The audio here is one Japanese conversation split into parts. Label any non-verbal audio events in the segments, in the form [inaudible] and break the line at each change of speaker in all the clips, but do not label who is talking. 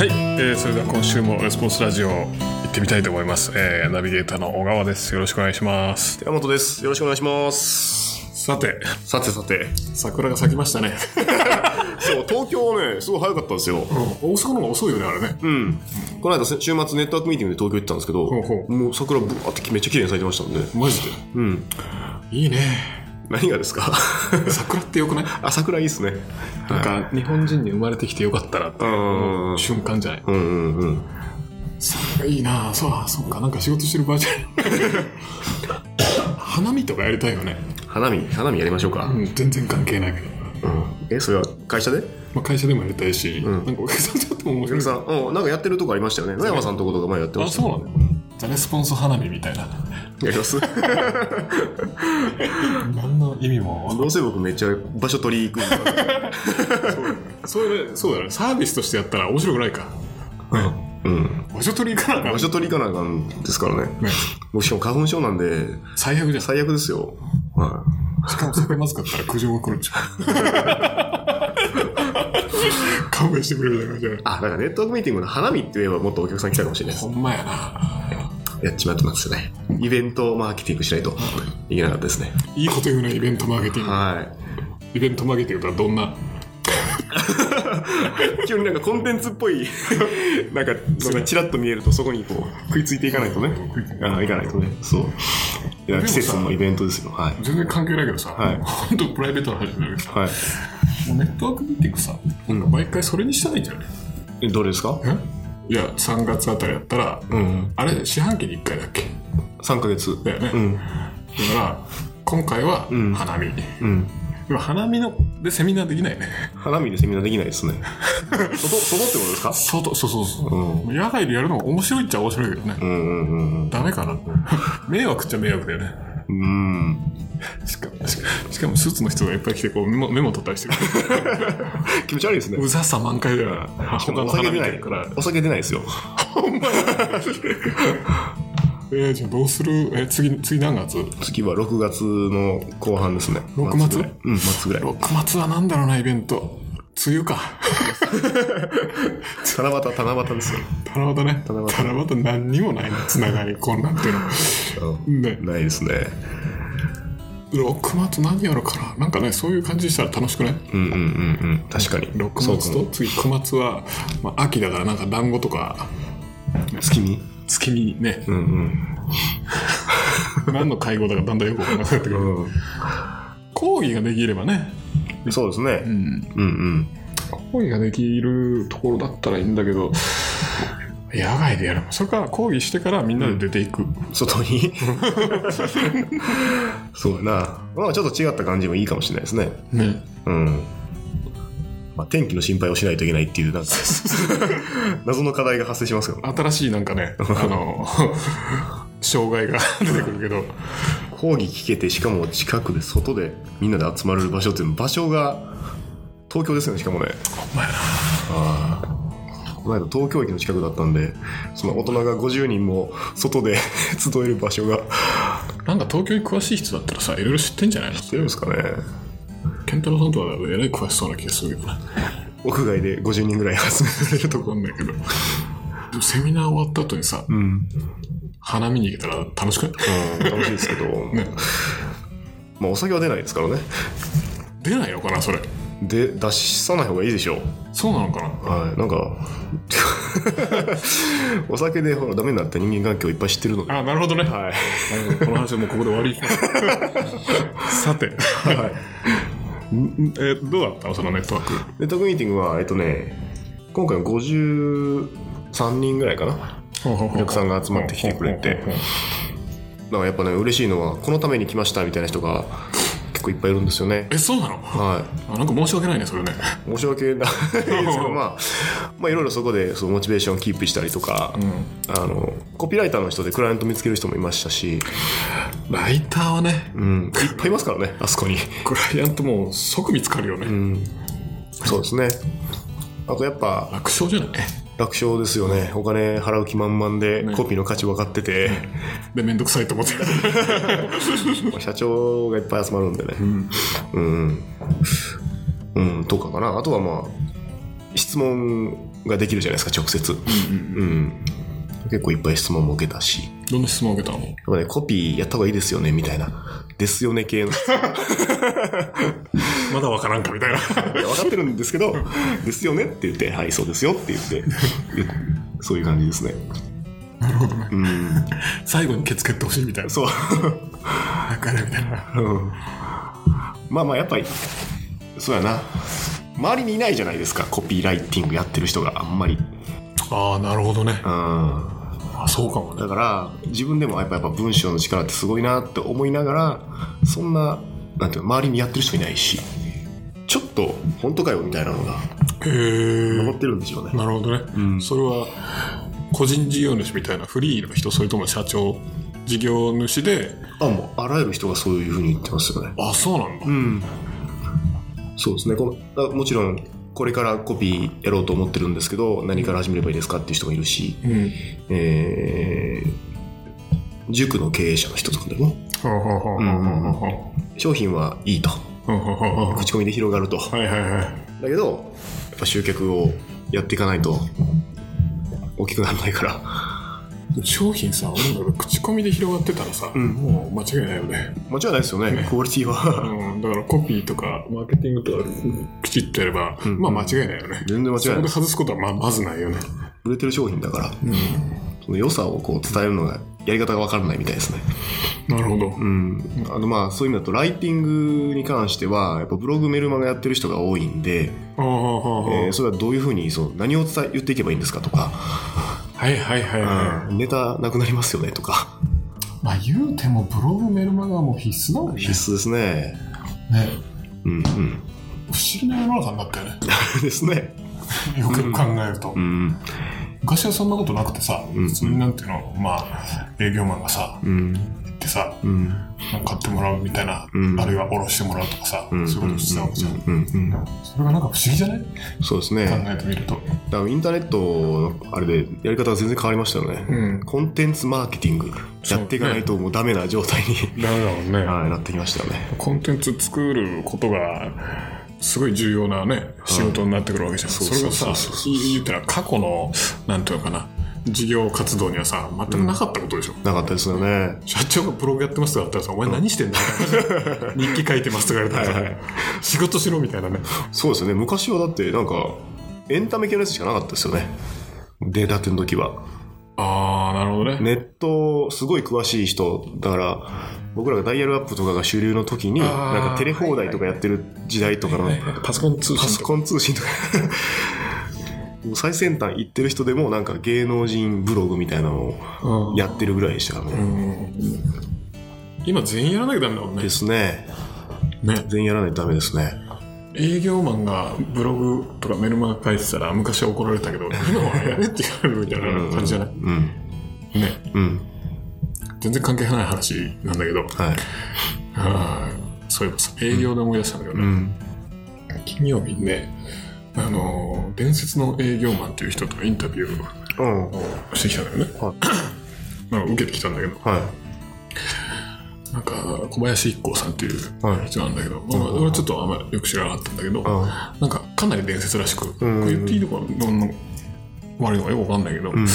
えーそれでは今週もレスポンスラジオ行ってみたいと思います、えーナビゲーターの小川ですよろしくお願いします
山本です。よろしくお願いします。
さて
さてさて。
桜が咲きましたね
そう、東京はね、すごい早かったんですよ。
大阪の方が遅いよねあれね
うん。この間、せ週末ネットワークミーティングで東京行ってたんですけど、
ほうほう
もう桜ブワーってめっちゃ綺麗に咲いてましたんで。
マジで
うん。
いいね
何がですか [laughs]
桜ってよくない
あ、桜いいっすね。
なんか日本人に生まれてきてよかったなって思う瞬間じゃない
うんうんうん。
桜いいなあそうあそうかなんか仕事してる場合じゃない [laughs] 花見とかやりたいよね、
花見、花見やりましょうか。
うん、全然関係ないけど、
うんえ、それは会社で
まあ、会社でもやりたいし、
ん
なんかお [laughs] 客さんちょっと面
お
白
客
い
さん、うん、なんかやってるとこありましたよね。野山さんとことか前やってま
あ
したね、
そうなのじゃレスポンス花見みたいな
やります
何の意味も
どうせ僕めっちゃ場所取り行くんで。
それそうだねサービスとしてやったら面白くないか
うん。
場所取り行かなあ
場
か
所
ん
取り行かなあかんですからね。
ね
もうしかも花粉症なんで、
最悪じゃんし
最悪ですよ。は
かも酒まずかったら苦情が来るんじ [laughs] ゃん勘弁してくれるだからじゃ
い。あ、だからネットワークミーティングの花見って言えばもっとお客さん来たかもしれないで
あほ
す。
んまやな
やっちまってますよね。イベントマーケティングしないといけなかったですね。
いいこと言うねイベントマーケティング
はい。
イベントマーケティングとはどんな
急になんかコンテンツっぽい、 [laughs] なんか、なんかチラッと見えるとそこにこう、食いついていかないとね。あいかないとね。そう。いや、
も
季
さ
節のイベントですよ。はい。
全然関係ないけどさ、
はい
本当プライベートな話になるけど
はい。
もうネットワークミーティングさ、なんか毎回それにしたらいいんじゃない
えどれですか
えいや3月あたりやったら、
うん。
あれ四半期に1回だっけ
3ヶ月。
だよね、
うん。
だから今回は
ん
花見、
うん。
でも花見のでセミナーできないね
花見でセミナーできない [laughs] ですね。外、外ってことですか
外そうそうそう、
うん。
野外でやるのも面白いっちゃ面白いけどね、
うんうんうんうん。
ダメかな迷惑っちゃ迷惑だよね
うん。
しかししかもスーツの人がいっぱい来てこうメモメモ取ったりしてる
気持ち悪いですね。
[laughs] うざさ満開だよ [laughs] な他の
お酒
花
出
見
な
だ
い
か
からら。お酒出ないですよ。
えー、じゃあどうするえ次次何月
次は6月の後半ですね。
六月
ぐらいうん、末ぐらい。
6月は何だろうなイベント梅 [laughs] 雨か
七夕、七夕ですよ。
七夕ね
七夕
七夕何にもないなつながりこんなんていうの [laughs] ね
ないですね。
6月何やるかななんかねそういう感じにしたら楽しくない
うんうんうんうん。確かに。
6
そう
月と次9月は、まあ、秋だからなんか団子とか
月見
月に
[laughs]
ね
うんうん。
何の会合だかだんだんよく分からなくなってくる講義ができればね
そうですね。
ん
うんうん。
講義ができるところだったらいいんだけど野外でやるそれから講義してからみんなで出ていく、
外にそうやな。まあちょっと違った感じもいいかもしれないですね。
ね
うん。まあ、天気の心配をしないといけないっていう、なんか、謎の課題が発生しますけど、
新しいなんかねあの [laughs] 障害が [laughs] 出てくるけど
講義聞けて、しかも近くで、外でみんなで集まれる場所っていうの場所が、東京ですよね、しかもね。ああこの間東京駅の近くだったんで、その大人が50人も外で [laughs] 集える場所が、
なんか東京に詳しい人だったらさいろいろ知ってんじゃないの
知ってるんですかね。
健太郎さんとはえらい詳しそうな気がするけどね
屋外で50人ぐらい集められると
わ
こ。
かんないけどでもセミナー終わった後にさ
うん。
花見に行けたら楽しくない
うん、楽しいですけど、
ね
まあお酒は出ないですからね。
出ないのかなそれ
で、出さない方がいいでしょう。
そうなのかな
はい、なんかお酒でほらダメになった人間関係をいっぱい知ってるので、は
あなるほどね、
い、
なるほどこの話はもうここで終わり [laughs] さて、ん [laughs] えどうだったのそのネットワーク
で特ミーティングはえっとね今回53人ぐらいかな
お
客さんが集まってきてくれてだからやっぱね嬉しいのはこのために来ましたみたいな人が結構いっぱいいるんですよね
えそうなの
は
あなんか申し訳ないねそれね
い申し訳ないですけどまあまあいろいろそこでそのモチベーションをキープしたりとか、あのコピーライターの人でクライアント見つける人もいましたし、
ライターはね
うん、いっぱいいますからねあそこに
クライアントもう即見つかるよね、
そうですねあとやっぱ
楽勝じゃない
楽勝ですよね。お金払う気満々で、コピーの価値分かってて、
で面倒くさいと思 [laughs] ってる
社長がいっぱい集まるんでね。うん。うん。とかかな。あとはまあ、質問ができるじゃないですか、直接。うん。結構いっぱい質問も受けたし。
どんな質問を受けたの
でもね、コピーやった方がいいですよね、みたいな。ですよね系の。
まだわからんかみたいな。
いや分かってるんですけど、ですよねって言って、はい、そうですよって言って、そういう感じですね。
なるほどね。
うん。
[laughs] 最後にケツ蹴ってほしいみたいな。
そう。
わかるみたいな。
うん [laughs] まあまあ、やっぱり、そうやな。周りにいないじゃないですか、コピーライティングやってる人があんまり。
ああ、なるほどね。
うん。
あそうかもね。
だから、自分でもやっぱやっぱ文章の力ってすごいなって思いながら、そんな、なんていうの、周りにやってる人いないし、ちょっと、本当かよみたいなのが、
へえ。
残ってるんでしょうね。
なるほどね、
うん
それは個人事業主みたいなフリーの人それとも社長事業主で
あ、もう、あらゆる人がそういうふうに言ってますよね。
あそうなんだ、
うん、そうですねこのあもちろんこれからコピーやろうと思ってるんですけど何から始めればいいですかっていう人もいるし、
うん
えー塾の経営者の人とかでも
はあはあはあは
商品はいいと
あはあはあはあは
口コミで広がると
あはいはいはい
だけどやっぱ集客をやっていかないと大きくならないから
商品さ俺なんか口コミで広がってたらさ、
ん
もう間違いないよね、
間違いないですよねクオリティは
うん、だからコピーとかマーケティングとかきちっとやれば、
ん
まあ間違いないよね
全然間違い
そ
な
こで
いです
外すことはまあまずないよね
売れてる商品だから、その良さをこう伝えるのがやり方が分からないみたいですね
なるほど、
うん、あのまあそういう意味だとライティングに関してはやっぱブログメルマガやってる人が多いんで、
ああはあはあ
えーそれはどういうふうにそう何を伝え言っていけばいいんですかとか、
はいはいはいはい、
ネタなくなりますよねとか
まあ言うてもブログメルマガはもう必須だもんね
必須ですね
ね
うんうん [laughs]
不思議な世の中になったよね [laughs]
ですね
よくよく考えると、
うん
昔はそんなことなくてさ、
ん
普通になんていうのまあ営業マンがさ
うん
行ってさ
うん
なんか買ってもらうみたいな、
うん
あるいは卸してもらうとかさ、
うん
そういうことしてたわけじゃん、
うんうん
それがなんか不思議じゃない考
そうですね
えてみると、
だからインターネットのあれでやり方が全然変わりましたよね、
うん
コンテンツマーケティングやっていかないともうダメな状態に、
ダメだもんね
はいなってきましたよね
コンテンツ作ることがすごい重要なね仕事になってくるわけじゃん、
そう
それが
そ
さ
うそう
言ったら過去のなんていうのかな事業活動にはさ全くなかったことでしょ、
なかったですよね
社長がブログやってますとかあったらさ、お前何してんだ [laughs] 日記書いてますとか言われたらさ、仕事しろみたいなね。
そうですよね昔はだってなんかエンタメ系のやつしかなかったですよねデータっての時は
ああ、なるほどね。
ネットすごい詳しい人だから僕らがダイヤルアップとかが主流の時に
あ
な
ー
んかテレ放題とかやってる時代とかの
パソコン通
パソ
信
コン通信とか [laughs] もう最先端行ってる人でもなんか芸能人ブログみたいなの
う
を
ん
やってるぐらいでしたからね、
今全員やらなきゃダメだもんね
で。すね
ね。
全員やらないとダメですね
営業マンがブログとかメルマガ書いてたら昔は怒られたけど、今はやれって言われるみたいな感じじゃない
うん
ね。
うん
全然関係ない話なんだけど、
はい
あーそういえばさ、営業で思い出したんだけど
う
ね、
ん
金曜日にね、あのー伝説の営業マンという人とインタビューを
うんはい
してきたんだよね。 [clears throat]
は
なんか受けてきたんだけど、なんか小林一行さんっていう
はい
人なんだけど、まあ俺はちょっとあんまりよく知らなかったんだけど、
うん
なんかかなり伝説らしく、こ
ん
れ言っていいのかなのの悪いのかよくわかんないけど、なん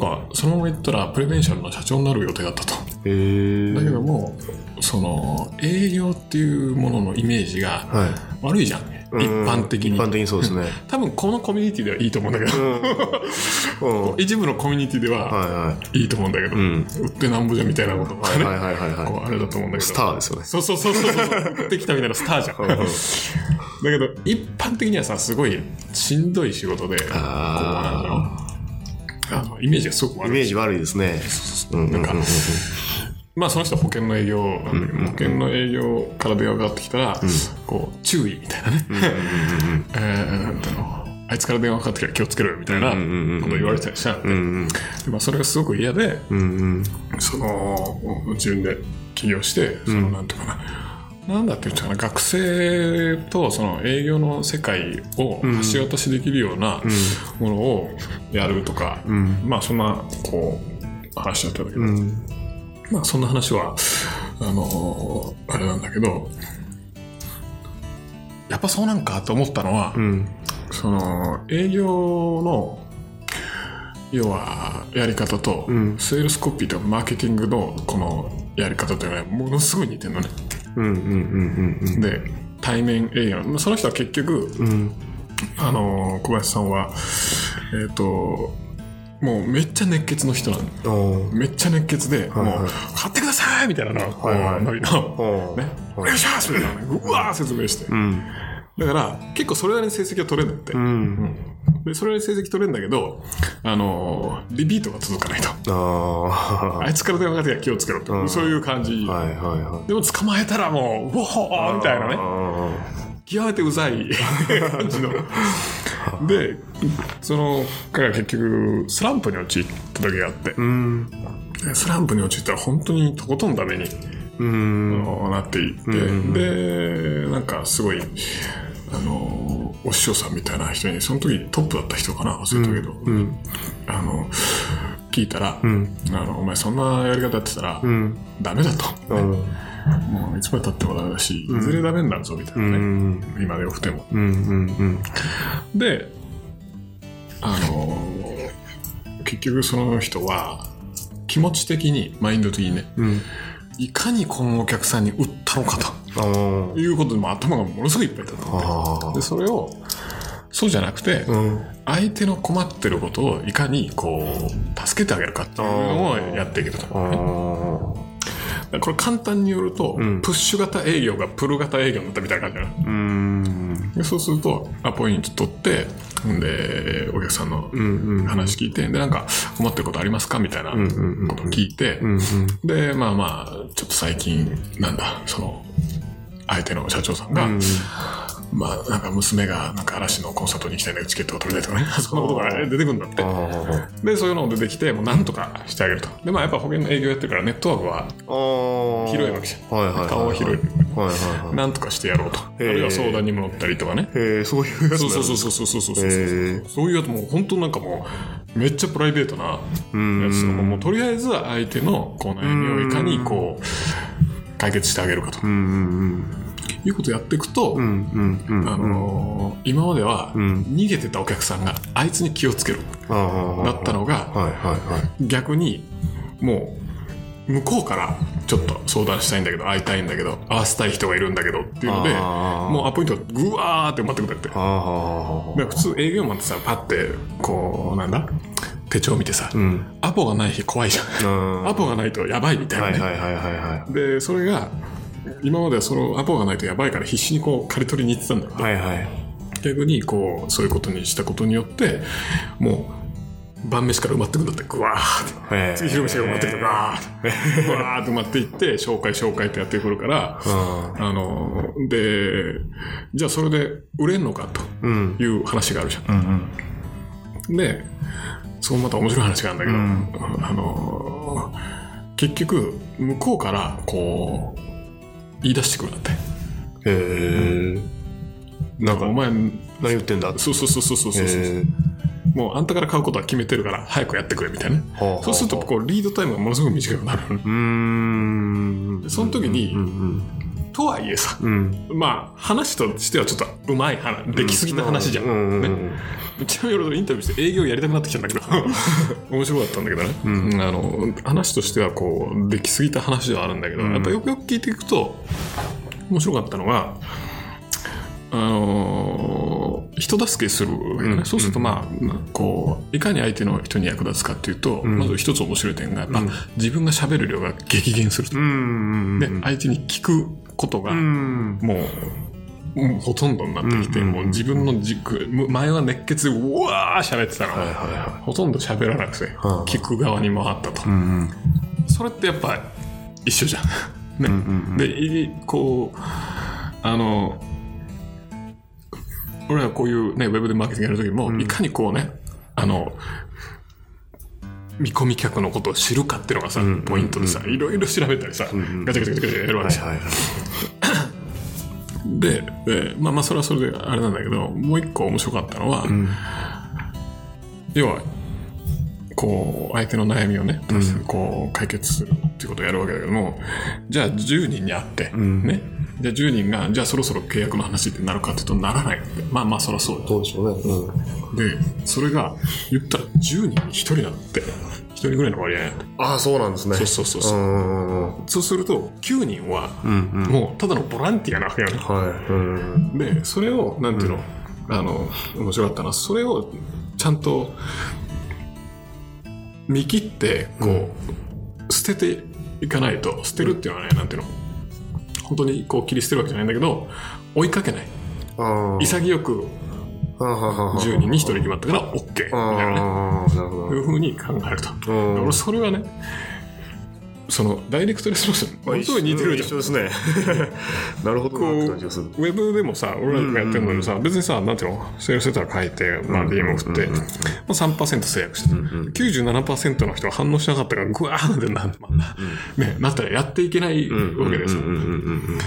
かそのまま言ったらプレデンシャルの社長になる予定だったと。
へえ
だけども、その営業っていうもののイメージが
はい
悪いじゃん、一般的に
一。般的にそうですね。
多分このコミュニティではいいと思うんだけど、 [laughs]
うん。はい
一部のコミュニティでは
はい
いと思うんだけど、
ん
売ってなんぼじゃみたいなことが
い。
ね、
はいはいはい
こ
は
うあれだと思うんだ
い。
けど
スターですよね。
そうそうそうそうそうできたみたいなスターじゃんだけど一般的にはさすごいしんどい仕事でこうなんだろうあのイメージがすごく
イ
悪
メ
い
ージ悪いですね。
うんなんかまあその人は保険の営業なんだけど、保険の営業から電話がかかってきたら、こう注意みたいなねえーなんていうのあいつから電話かかってきたら気をつけろよみたいなことを言われたりしたんで,、でまあ、それがすごく嫌で、
うんうん。
その自分で起業してそのなんていうかな、なんだって言うんですかな学生とその営業の世界を橋渡しできるようなものをやるとか、まあそんなこう話だったんだけど、
うん
まあそんな話はあのあれなんだけどやっぱそうなんかと思ったのは、
うん。
その営業の要はやり方と、
うん
セールスコピーとマーケティングのこのやり方というのはものすごい似てるのね。
うんうんうんうん
で対面営業まあその人は結局
うんうん
あのー小林さんはえっ、ともうめっちゃ熱血の人なの
おー
めっちゃ熱血で、
はいはい
もう「買ってください!」みたいなのがこう
はいはい
のりの
おー
ね「お願いします!」みたいなのねうわー説明して
うん
だから結構それなりに成績が取れるんだって、
うん
でそれなりに成績取れるんだけどあのーリピートが続かないと
ああ
あいつから電話かけてきたら気をつけろと、
うん
そういう感じ、
はいはいはい
でも捕まえたらもう「うおー!」みたいなね
ね
極めてうざ
[laughs]
い感じの。で、その彼が結局、スランプに陥った時があって
う、ん
スランプに陥ったら本当にとことんダメに
うん
なっていって、
うん
で、なんかすごい、あの、お師匠さんみたいな人に、その時トップだった人かな、忘れたけど、
うん
あの、聞いたら、
うん
あの、お前そんなやり方やってたら
う、ん
ダメだと。もういつまで経ってもダメだし、いずれダメになるぞ、みたい
うんう
なね。
ん
今でよくても。
うんうん
で、あの結局その人は、気持ち的に、マインド的にね、
うん
いかにこのお客さんに売ったのか
あー
ということで、もう頭がものすごいいっぱいだったの
あ
で、
ー
それを、そうじゃなくて、
うん
相手の困ってることをいかにこう、助けてあげるかっていうのを
あー
やっていけたと。
あー
だからこれ簡単に言うと、
うん
プッシュ型営業がプル型営業になったみたいな感じだな
うん
でそうすると、アポイント取って、んで、お客さんの
うんうん
話聞いて、で、なんか困ってることありますかみたいなこ
うんうんうんうん
とを聞いて
う、んうん
で、まあまあ、ちょっと最近、なんだ、その、相手の社長さんが、
うん
まあ、なんか娘が、なんか嵐のコンサートに行きたいんだけど、チケットを取れないとかね、 [laughs] そんなことがね出てくるんだって。 [laughs]
あ
で、そういうのも出てきて、もうなんとかしてあげると。で、まあやっぱ保険の営業やってるから、ネットワークは
あ
広いわけじゃん。
はいはいはいはい
顔は広い。
はいはいはい
なんとかしてやろうと。あ
へえ
るいは相談にも乗ったりとかね。
へえそういうやつ
[laughs] そうそうそううそうそうそうそうそう。
へえ
そういうやつもう本当なんかもう、めっちゃプライベートな
うん
やつとかもうとりあえずは相手のこう悩みをいかにこう解決してあげるかと
うんうん
いうことをやっていくと、
うんうんうんうん
あのー今までは
ん
逃げてたお客さんがあいつに気をつけろ
あ
だったのが
はいはいはい
逆にもう向こうからちょっと相談したいんだけど会いたいんだけど会わせたい人がいるんだけどっていうので
あー
もうアポイントがぐわーって埋まってくるんだって
ああ
だから普通営業マンってさパッてこうなんだ手帳見てさ、
うん
アポがない日怖いじゃん
うん
アポがないとやばいみたいな
は
ね、
いはいはいはいはい
でそれが今まではそのアポがないとやばいから必死にこう刈り取りに行ってたんだけど
はいはい
逆にこうそういうことにしたことによってもう晩飯から埋まってくんだってぐわーって
へえ
次昼飯が埋まってく [laughs] るわーってぐわーって埋まっていって紹介紹介ってやってくるから
うん
あのでじゃあそれで売れんのか
うん
という話があるじゃん。
うんうん
でそうまた面白い話があるんだけど、あの結局向こうからこう言い出してくるんだって。
へえ
なんかお前、
何言ってんだ
そうそうそうそうそうそう、
へえ
もうあんたから買うことは決めてるから早くやってくれみたいなね。
はあはあ
そうすると、こう、リードタイムがものすごく短くなる。
うーん
その時に
うん
とはいえさ、
うんうん
まあ、話としてはちょっとうまい話、出来すぎた話じゃん。
うんうんう
ね、
ん
ちなみに俺、インタビューして営業やりたくなってきたんだけど、面白かったんだけどね、
ん
あの、話としてはこう、出来すぎた話ではあるんだけど、
うん
やっぱよくよく聞いていくと、面白かったのが、あのー人助けするわけだね、
うん
そうするとまあ、こういかに相手の人に役立つかっていうと、
ん
まず一つ面白い点がやっぱ、
うん
自分が喋る量が激減すると、
うんうん
で相手に聞くことが
うん
もう、もうほとんどになってきて、
うん
もう自分の軸前は熱血でうわー喋ってたの、
はいはいは
ほとんど喋らなくて、
あ
聞く側に回ったと、
いうんうん
それってやっぱ一緒じゃんね、でいこうあの俺らこういうねウェブでマーケティングやる時も、いかにこうねあの見込み客のことを知るかっていうのがさ、
んうんうん
ポイントでさ、いろいろ調べたりさ、
ん
ガチャガチャガチャガチャやるわけ
はい
じゃん
はいはい
で、えーまあまあそれはそれであれなんだけどもう一個面白かったのは、
ん
要はこう相手の悩みをね、こう解決するっていうことをやるわけだけどもじゃあ10人に会って、
ん
ねじゃあ10人が、じゃあそろそろ契約の話ってなるかっていうとならない。まあまあそりゃそうだ。
どうでしょうね。うん。
で、それが、言ったら10人に1人なんだって。1人ぐらいの割合なんだって
ああ、そうなんですね。
そうそうそう
う
そう。
んうんうん。
そうすると、9人は、
うんうん。
もうただのボランティアなわけよね。
はい。うん。
で、それを、なんていうの、あの、面白かったのは、それをちゃんと見切って、こう、捨てていかないと、捨てるっていうのはね、なんていうの、本当にこう切り捨てるわけじゃないんだけど、追いかけない。
ああ。
潔く
はははは
10人に1人決まったから OK みたいなね、
ああ、なるほ
いうふうに考えると。
ど。うん
俺、それはね、その、ダイレクトレスポンスに、本当に似てるじゃん
一緒ですね。なるほど
こ
なって
う、ウ
感じがする。
ェブでもさ、俺らがやってるのにさ、別にさ、なんていうの、セールスレター書いて、まあ、DM を振って、まあ、3%制約してた。97%の人は反応しなかったから、グワーってな、まあね、なったらやっていけないわけですよ。
うんうん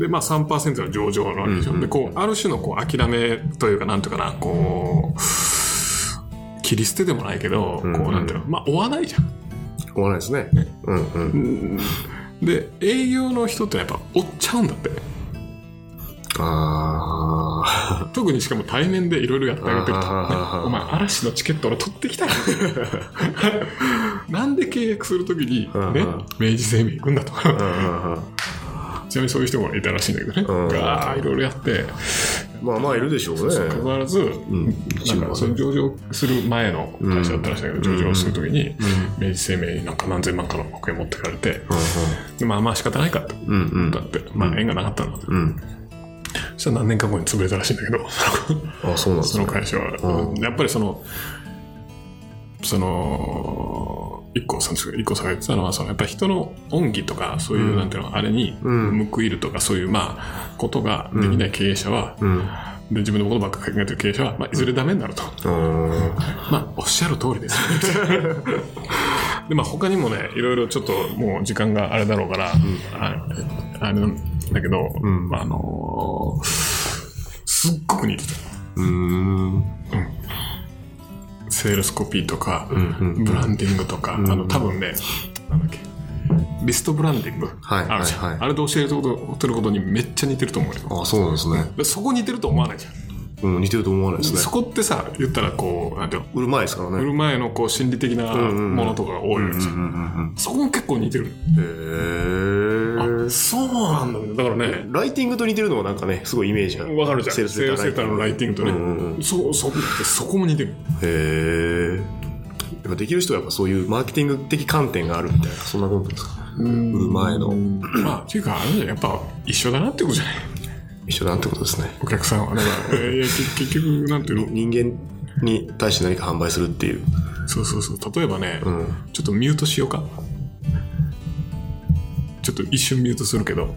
で、まあ、3%の上場なわけでしょ。で、こう、ある種のこう、諦めというか、なんていうかな、こう、切り捨てでもないけど、
ん
こう、なんていうの、まあ、追わないじゃん。
うん。終わらないですね。うんうん。
で、営業の人ってやっぱ追っちゃうんだって。
ああ。
特にしかも対面でいろいろやってあげてると。
あはははは
お前、嵐のチケット俺取ってきた
[laughs]
よ。なんで契約するときに、ね
うんうん、
明治生命行くんだと。
うんうんうん
ちなみにそういう人もいたらしいんだけど
うん
ね。が、いろいろやって、
まあまあ、いるでしょうね。
変わらず、なんかその上場する前の会社だったらしいんだけど、上場するときに、明治生命になんか何千万かの保険持ってかれて、でまあまあ仕方ないかって。
うんうん
だ。って、まあ縁がなかったのだって。
うん。
そしたら何年か後に潰れたらしいんだけど、
あそうなんです
そ
ね
の。会社は、
う
やっぱりその、その、一個さんですけど、一個さんが言ってたのは、そのやっぱり人の恩義とか、そういう、なんていうの、あれに
うん
報いるとか、そういう、まあ、ことができない経営者は、
うん。
で自分のことばっか考えてる経営者は、まあ、いずれダメになると。
うん
まあ、おっしゃる通
[laughs]
りです。で、まあ、他にもね、いろいろちょっと、もう時間があれだろうから、ああれなんだけど、
ん
まあ、あのーすっごく似てた。
うん。
セールスコピーとか、
んうん
ブランディングとか、あの多分ねなんだっけリストブランディング、
はい
あるじゃん、
はいはい
あれで教えてることることにめっちゃ似てると思うよ
あそうなんですね。
でそこ似てると思わないじゃん、
うん、似てると思わないですね
そ。こってさ言ったらこうなんていうの
売る前ですから
売
ね。
る前のこう心理的なものとかが多いわけじゃん、
うん
そこも結構似てる、
うんへえ。
そうなんだよだからね
ライティングと似てるのはなんかね、すごいイメージが。
わかるじゃん
セ
セー
ール
ル
スレ
スレタ
ター
ーのライティングとね、
うんうんうん
そそそこも似てる
へえ。やっぱできる人はやっぱそういうマーケティング的観点があるみたいな、そんなことですか。
うん
売る前の
まあっていうかあれだよやっぱ一緒だなってことじゃない
一緒だなんてことですね。
お客さんはだから、えーいや結結局なんていうの
人間に対して何か販売するっていう。
そうそうそう。例えばね、
うん。
ちょっとミュートしようか。ちょっと一瞬ミュートするけど。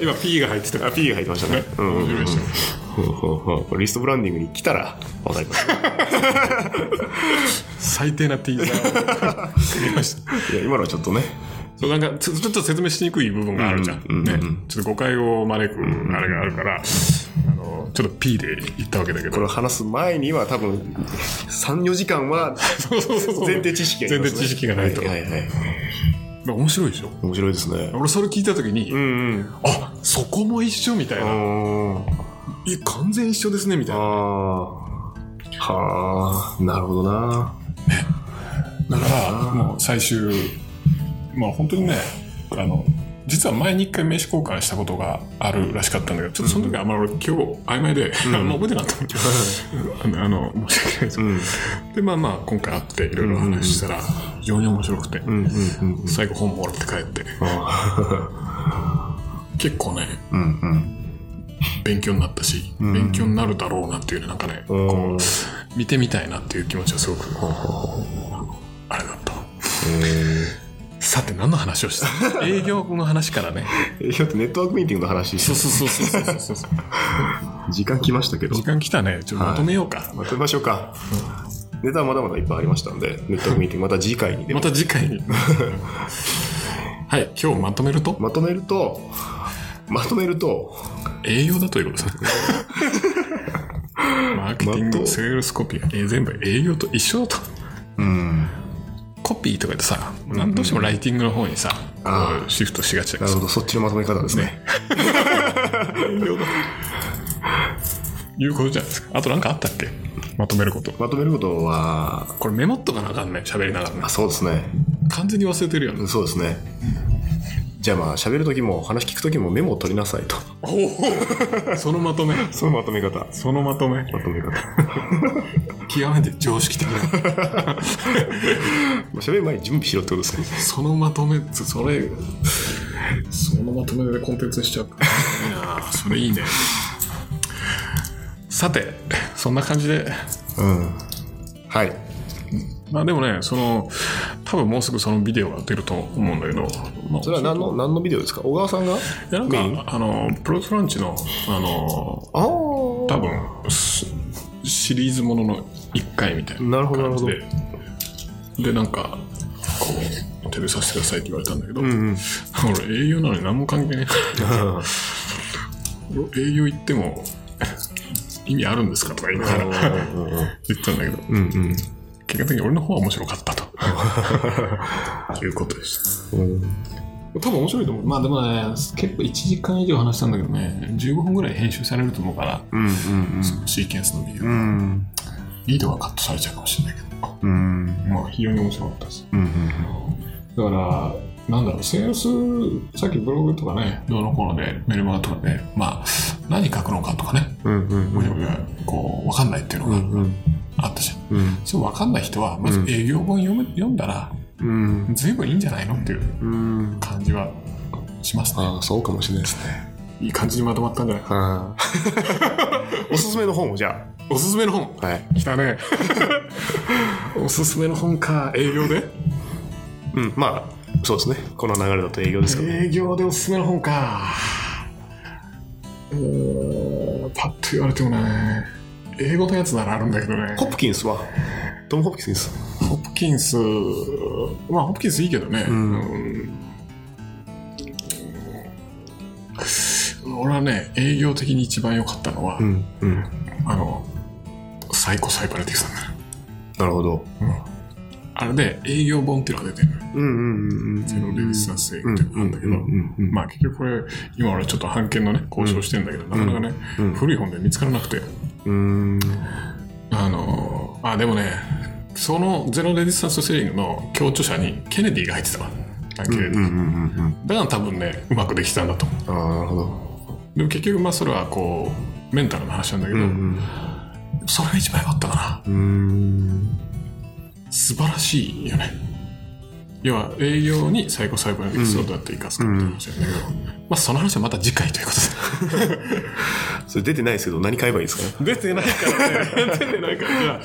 今 P が入ってたから。
P が入ってましたね。うんうんうん。これリストブランディングに来たらわかります。
最低な T が入りました。
いや、今のはちょっとね。
そうなんかちょちょっと説明しにくい部分があるじゃん。
うんうんうん
ね、ちょっと誤解を招くあれがあるから、あのちょっと P で言ったわけだけ
これ
ど。
を話す前には多分、3、4時間
[laughs]
は
そうそうそうそう
前提知識がいりますね
前提知識がないと
はいはいはい。
まあ面白いでしょ
面白いですね。
俺それ聞いた時に、
んうん。
あそこも一緒みたいな、
あ
い完全一緒ですねみたいな
あー。はあ、なるほどな。
だからもう最終まあ本当にねあの実は前に一回名刺交換したことがあるらしかったんだけどちょっとその時はあんまり俺今日曖昧で、 [laughs] あんま覚えてなかったのあのあの申し訳ないです、
ん
でまあまあ今回会っていろいろ話したら非常に面白くて、
うんうんうん。
最後本もらって帰って結構ね
うんうん。
勉強になったし、勉強になるだろうなっていうねなんかね、こう見てみたいなっていう気持ちはすごく、あれだったさて何の話をした [laughs] 営業の話からね
えだってネットワークミーティングの話、
そうそうそうそうそうそう
時間来ましたけど
時、間来たねちょっとまとめようか、
まとめましょうか。ネタはまだまだいっぱいありましたんで、ネットワークミーティングまた次回にでも
また次回 [laughs] にはい今日まとめると
まとめると、 [laughs] まとめると、
[laughs] 営業だということですねマーケティン
ま
グ、
あ
セールスコピー、えー全部営業と一緒だと。
うん。
コピーとか言うとさ、何としてもライティングの方にさ、
あ
こうシフトしがちだけ
な
どさ
るほど、そっちのまとめ方ですね。
いうことじゃないですか。あとなんかあったっけまとめること。
まとめることは、
これメモっとかなあかんね、喋りながらね
あ、。そうですね。
完全に忘れてるよね。
そうですね。じゃあまあ、喋るときも、話聞くときもメモを取りなさいと。
おおそのまとめ。
[laughs] そのまとめ方。
そのまとめ。
まとめ方。 [laughs]
極めて常識的な。
喋る前に準備しろってことですね。
そのまとめって、それ、そのまとめでコンテンツにしちゃう。いいなあそれいいね。さて、そんな感じで、
うん。はい。
まあでもね、その、多分もうすぐそのビデオが出ると思うんだけど、まあ
それは何の、何のビデオですか小川さんが
いやなん
メイン
か、あの、プロトランチの、あの、
ああ。
多分、すシリーズものの1回みたいな
なるほど、なる
感
ほ
じ
ど。
で、で、なんか、こう、テレビさせてくださいって言われたんだけど、
[laughs] うん。
[laughs] 俺営業なのに何も関係ねえ。営業行っても、意味あるんですかとか言いながら言ってたんだけど、
うんうん。
結果的に俺の方は面白かったと。いうことでした。多分面白いと思う。まあでもね、結構1時間以上話したんだけどね、15分ぐらい編集されると思うから、
うん
シーケンスのビデオ
うん。う。ん。
リードがカットされちゃうかもしれないけど、
うん。
まあ非常に面白かったです。
うん。
だから、なんだろう、セールス、さっきブログとかね、どうのこうので、メルマガとかで、まあ、何書くのかとかね、
うん。うん。
もやもや、こう、わかんないっていう
う
のが
ん。うん。
あったじゃん。
うん。
そう、わかんない人は、まず
うん
営業本読む読んだら、
うん。
随分いいんじゃないのっていう
うん。
感じはしますね。
ああ、そうかもしれないですね。
いい感じにまとまったんじゃない
はあ。 [laughs] おすすめの本をじゃ
おすすめの本
あ。はい。
来たね。 [laughs] おすすめの本か、営業で
うん。まあ、そうですね。この流れだと営業ですからね。
営業でおすすめの本かうーんパッと言われてもね英語のやつならあるんだけどね
ホプキンスは、トム・ホプキンス。
ホプキンスまあホプキンスいいけどね、
ん
うん俺はね営業的に一番良かったのは、
ん。うん。
あのサイコサイバレティクスなんだよ
なるほど。
あれで営業本っていうのが出てるのよ
うんうんうんうん。
ゼロ・レディスタンス営業っ
うん
ていうのなんだけど、
うんうん。
まあ結局これ今俺ちょっと判件のね交渉してんだけど、なかなかね、
うん
古い本で見つからなくて
うん。
あのーあでもねそのゼロ・レディスタンス・セリングの協調者にケネディが入ってたわダンケネディ
うんうんうんうん。
だから多分ねうまくできたんだと思
ああ、なるほど。
うでも結局まあそれはこうメンタルの話なんだけど、
ん
それが一番良かったか
うん。うん。
な素晴らしいよね要は営業に最後最後にエクスをどうやって生かすかって話なんだけど、まあその話はまた次回ということで
それ出てないですけど、何買えばいいです
[laughs]
か
出てないからね出てないからね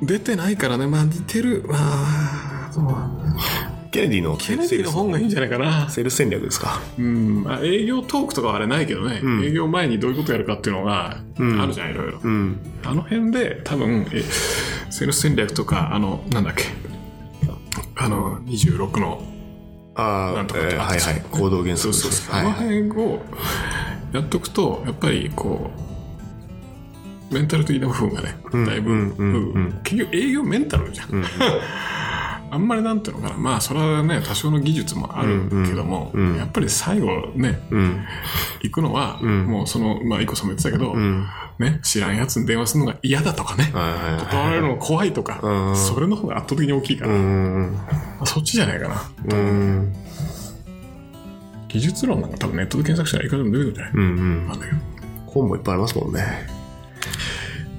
出てないからねまあ似てるまあそう
ケネディの。
ケネディの本がいいんじゃないかな
セールス戦略ですか。
うん、まあ、営業トークとかはあれないけどね、
うん
営業前にどういうことやるかっていうのが
うん
あるじゃん、いろいろ
うん。
あの辺で多分えセールス戦略とかあのなんだっけあの26の
ああ、
なんとかって
えーはいはい。行動原則ですね
あ
はい
の
はい。
辺をやっとくとやっぱりこうメンタル的な部分がね
ん
だいぶ、
うんうんうん
結局営業メンタルじゃん、
ん
[laughs] あんまりなんていうのかなまあそれはね多少の技術もあるけども、
うんうん
やっぱり最後ね
うん。
行くのは、
ん
もうそのまあ IKO さんも言ってたけど、
うん。
ね知らんやつに電話するのが嫌だとかね
はいはいはい。
断られるのが怖いとか、
うん
それの方が圧倒的に大きいから、
うん。
そっちじゃないかな
うん。
技術論なんか多分ネットで検索したらいくらでも出てくるんじゃない、
うんうん
な。んだけど
本もいっぱいありますもんね。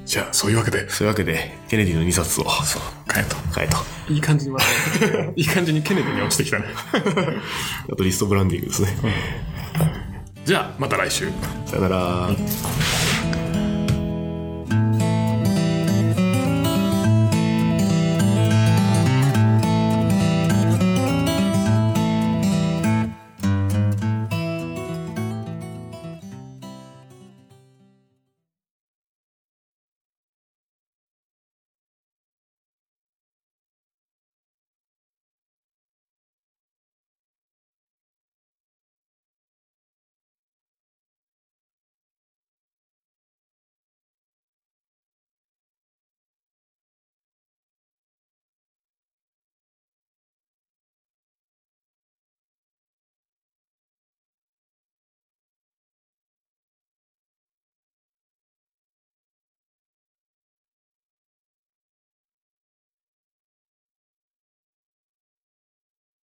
じゃあそういうわけで
そういうわけで、ケネディの2冊を、そう、
帰ると
買えと。
いい感じにまた [laughs] いい感じにケネディに落ちてき
[laughs]
たね。
あとリストブランディングですね。
じゃあ、また来週。
さよなら。